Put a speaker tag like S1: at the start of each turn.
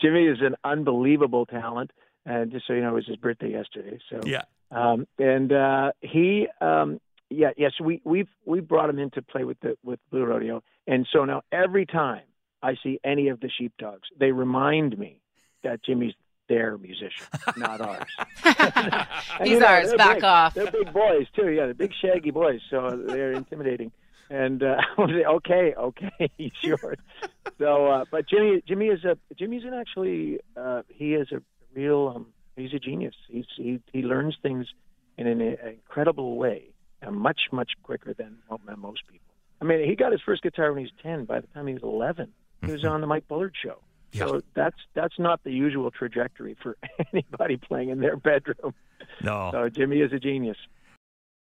S1: Jimmy is an unbelievable talent. And just so you know, it was his birthday yesterday. So
S2: Yeah.
S1: um, and uh, he, um, yeah, yes, we we've we brought him in to play with the with Blue Rodeo, and so now every time I see any of the sheepdogs, they remind me that Jimmy's their musician, not ours. And,
S3: He's
S1: you know,
S3: ours.
S1: they're
S3: Back
S1: big.
S3: off.
S1: They're big boys too. Yeah, they're big shaggy boys, so they're intimidating. And uh, I was like, okay, okay, sure. So, uh, but Jimmy, Jimmy is a Jimmy's an actually uh, he is a real um, he's a genius. He's, he he learns things in an incredible way, and much much quicker than mo- than most people. I mean, he got his first guitar when he was ten. By the time he was eleven, he was on the Mike Bullard show.
S2: Yeah.
S1: So that's that's not the usual trajectory for anybody playing in their bedroom.
S2: No.
S1: So Jimmy is a genius.